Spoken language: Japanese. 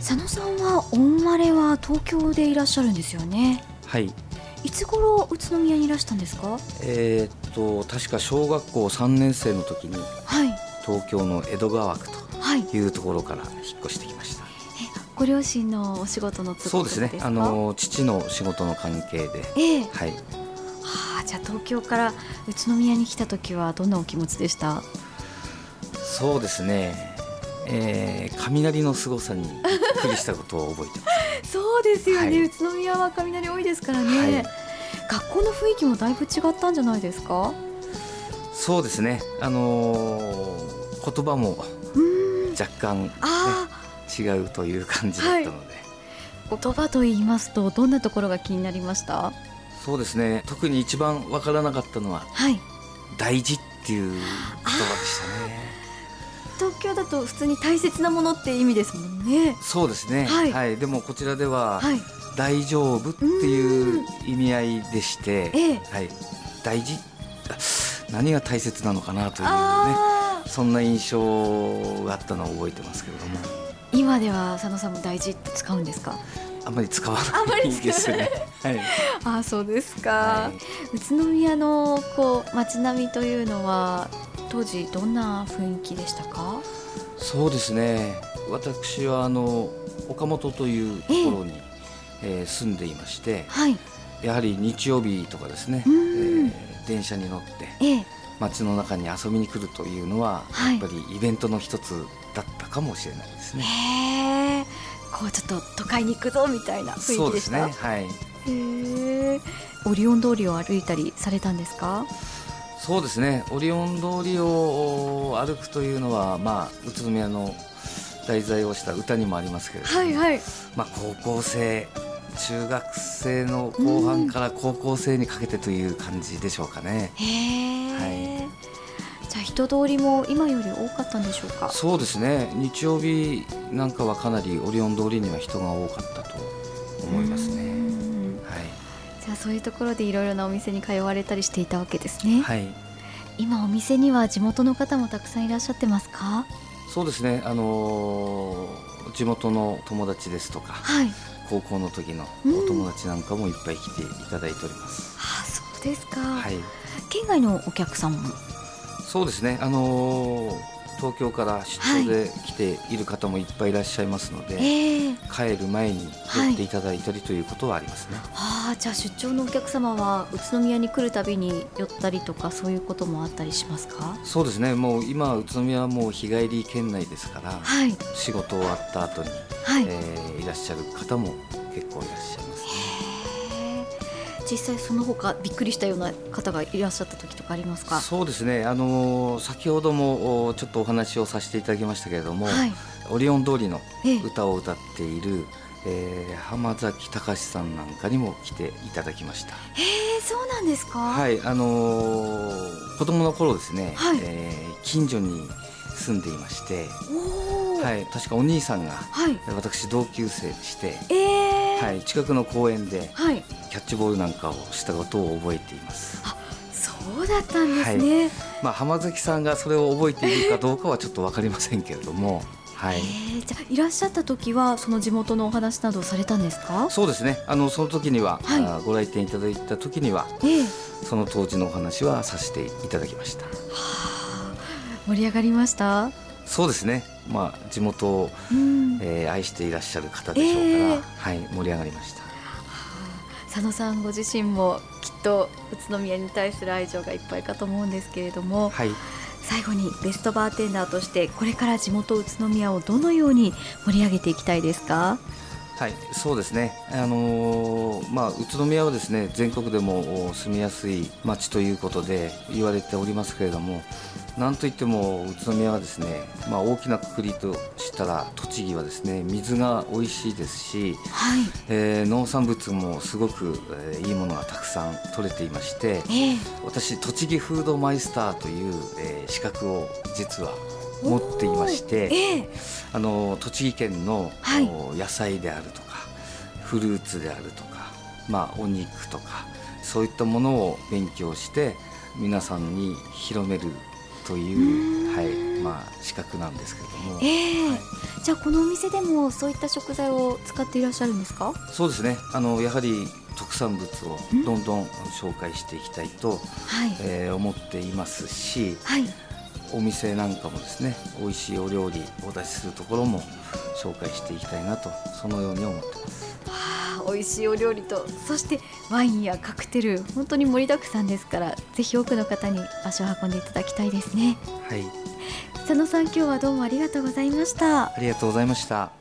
佐野さんは御生まれは東京でいらっしゃるんですよねはいいつ頃宇都宮にいらしたんですかえーっと確か小学校3年生の時にはい東京の江戸川区とはいいうところから引っ越してきましたご両親のお仕事の都合そうですねかあの父の仕事の関係でええはいはあじゃあ東京から宇都宮に来た時はどんなお気持ちでしたそうですね、えー、雷の凄さにびっくりしたことを覚えてますそうですよね、はい宇都宮は雷多いですからね、はい学校の雰囲気もだいぶ違ったんじゃないですか そうですねあのー言葉もうん若干あ違うという感じだったので、あ言葉と言いますとどんなところが気になりましたそうですね特に一番分からなかったのははい「大事」っていう言葉でしたね東京だと普通に大切なものって意味ですもんねそうですねははいい、でもこちらでははい「大丈夫」っていう意味合いでして、ええはい、大事あ何が大切なのかなというねああそんな印象があったのを覚えてますけれども、今では佐野さんも大事って使うんですかあんまり使わあんまなりい使わないですね。はい、ああそうですか、は宇都宮のこう街並みというのは当時どんな雰囲気でしたかい、そうですね。私はあの岡本というところに、えー住んでいまして、はいやはり日曜日とかですね、うえんー電車に乗ってええ街の中に遊びに来るというのは、はいやっぱりイベントの一つだったかもしれないですね。へえこうちょっと都会に行くぞみたいな雰そ囲気うでですしね。たはい。へえオリオン通りを歩いたりされたんですかそうですね、オリオン通りを歩くというのは、まあ、宇都宮の題材をした歌にもありますけれども、はいまあ、高校生、中学生の後半から高校生にかけてという感じでしょうかね。へえ、じゃあ人通りも今より多かったんでしょうかそうですね日曜日なんかはかなりオリオン通りには人が多かったと思いますうね。んはじゃあそういうところでいろいろなお店に通われたりしていたわけですね、い、はい今お店には地元の方もたくさんいらっしゃってますかそうですね、あのー地元の友達ですとか、はい高校の時のお友達なんかもいっぱい来ていただいております。あそうですか、はい、県外のお客さんもそうですね。あのー東京から出張で来ている方もいっぱいいらっしゃいますので、ええ帰る前にはい寄っていただいたりということはありますね。ああじゃあ出張のお客様は宇都宮に来るたびに寄ったりとかそういうこともあったりしますかそうですね。もう今宇都宮はもう日帰り圏内ですから、はい仕事終わった後に、はい、えーいらっしゃる方も結構いらっしゃいます。へえ実際その他びっくりしたような方がいらっしゃった時とかありますかそうですね。あのー先ほどもおちょっとお話をさせていただきましたけれども、はいオリオン通りのええ歌を歌っている、えー浜崎隆さんなんかにも来ていただきました。へえそうなんですかはいい、あのー子供の頃ですね、はいえー近所に住んでいまして、おおはい、確かお兄さんがはい、私同級生でして、ええ、はいい、近くの公園ではい、キャッチボールなんかをしたことを覚えています。そうだったんですね、まあ浜崎さんがそれを覚えているかどうかはちょっとわかりませんけれ ども、はい。へえじゃあいらっしゃった時はその地元のお話などをされたんですかそうですね。あのその時には、はいあーご来店いただいた時にはええその当時のお話はさせていただきました。はあ盛り上がりました。そうですね。まあ地元をうんえー愛していらっしゃる方でしょうから、えーはい、盛り上がりました。佐野さんご自身もきっと宇都宮に対する愛情がいっぱいかと思うんですけれども、はい、最後にベストバーテンダーとしてこれから地元宇都宮をどのように盛り上げていきたいですか。はい、そうですね。あのーまあ宇都宮はですね、全国でもお住みやすい町ということで言われておりますけれども、なんといっても宇都宮はですね、まあ大きな括りとしたら栃木はですね、水が美味しいですし、はい。えー農産物もすごく、えーいいものがたくさん取れていまして、ええ私栃木フードマイスターという、えー資格を実は持っていましてええあの栃木県の、はいお野菜であるとかフルーツであるとか、まあ、お肉とかそういったものを勉強して皆さんに広めるといううーんはい、まあ、資格なんですけれども、ええはいじゃあこのお店でもそういった食材を使っていらっしゃるんですかそうですねあのやはり特産物をどんどん紹介していきたいと、はい、えー思っていますしはいお店なんかもですね美味しいお料理お出しするところも紹介していきたいなとそのように思ってますあー美味しいお料理とそしてワインやカクテル本当に盛りだくさんですからぜひ多くの方に足を運んでいただきたいですねはい佐野さん今日はどうもありがとうございましたありがとうございました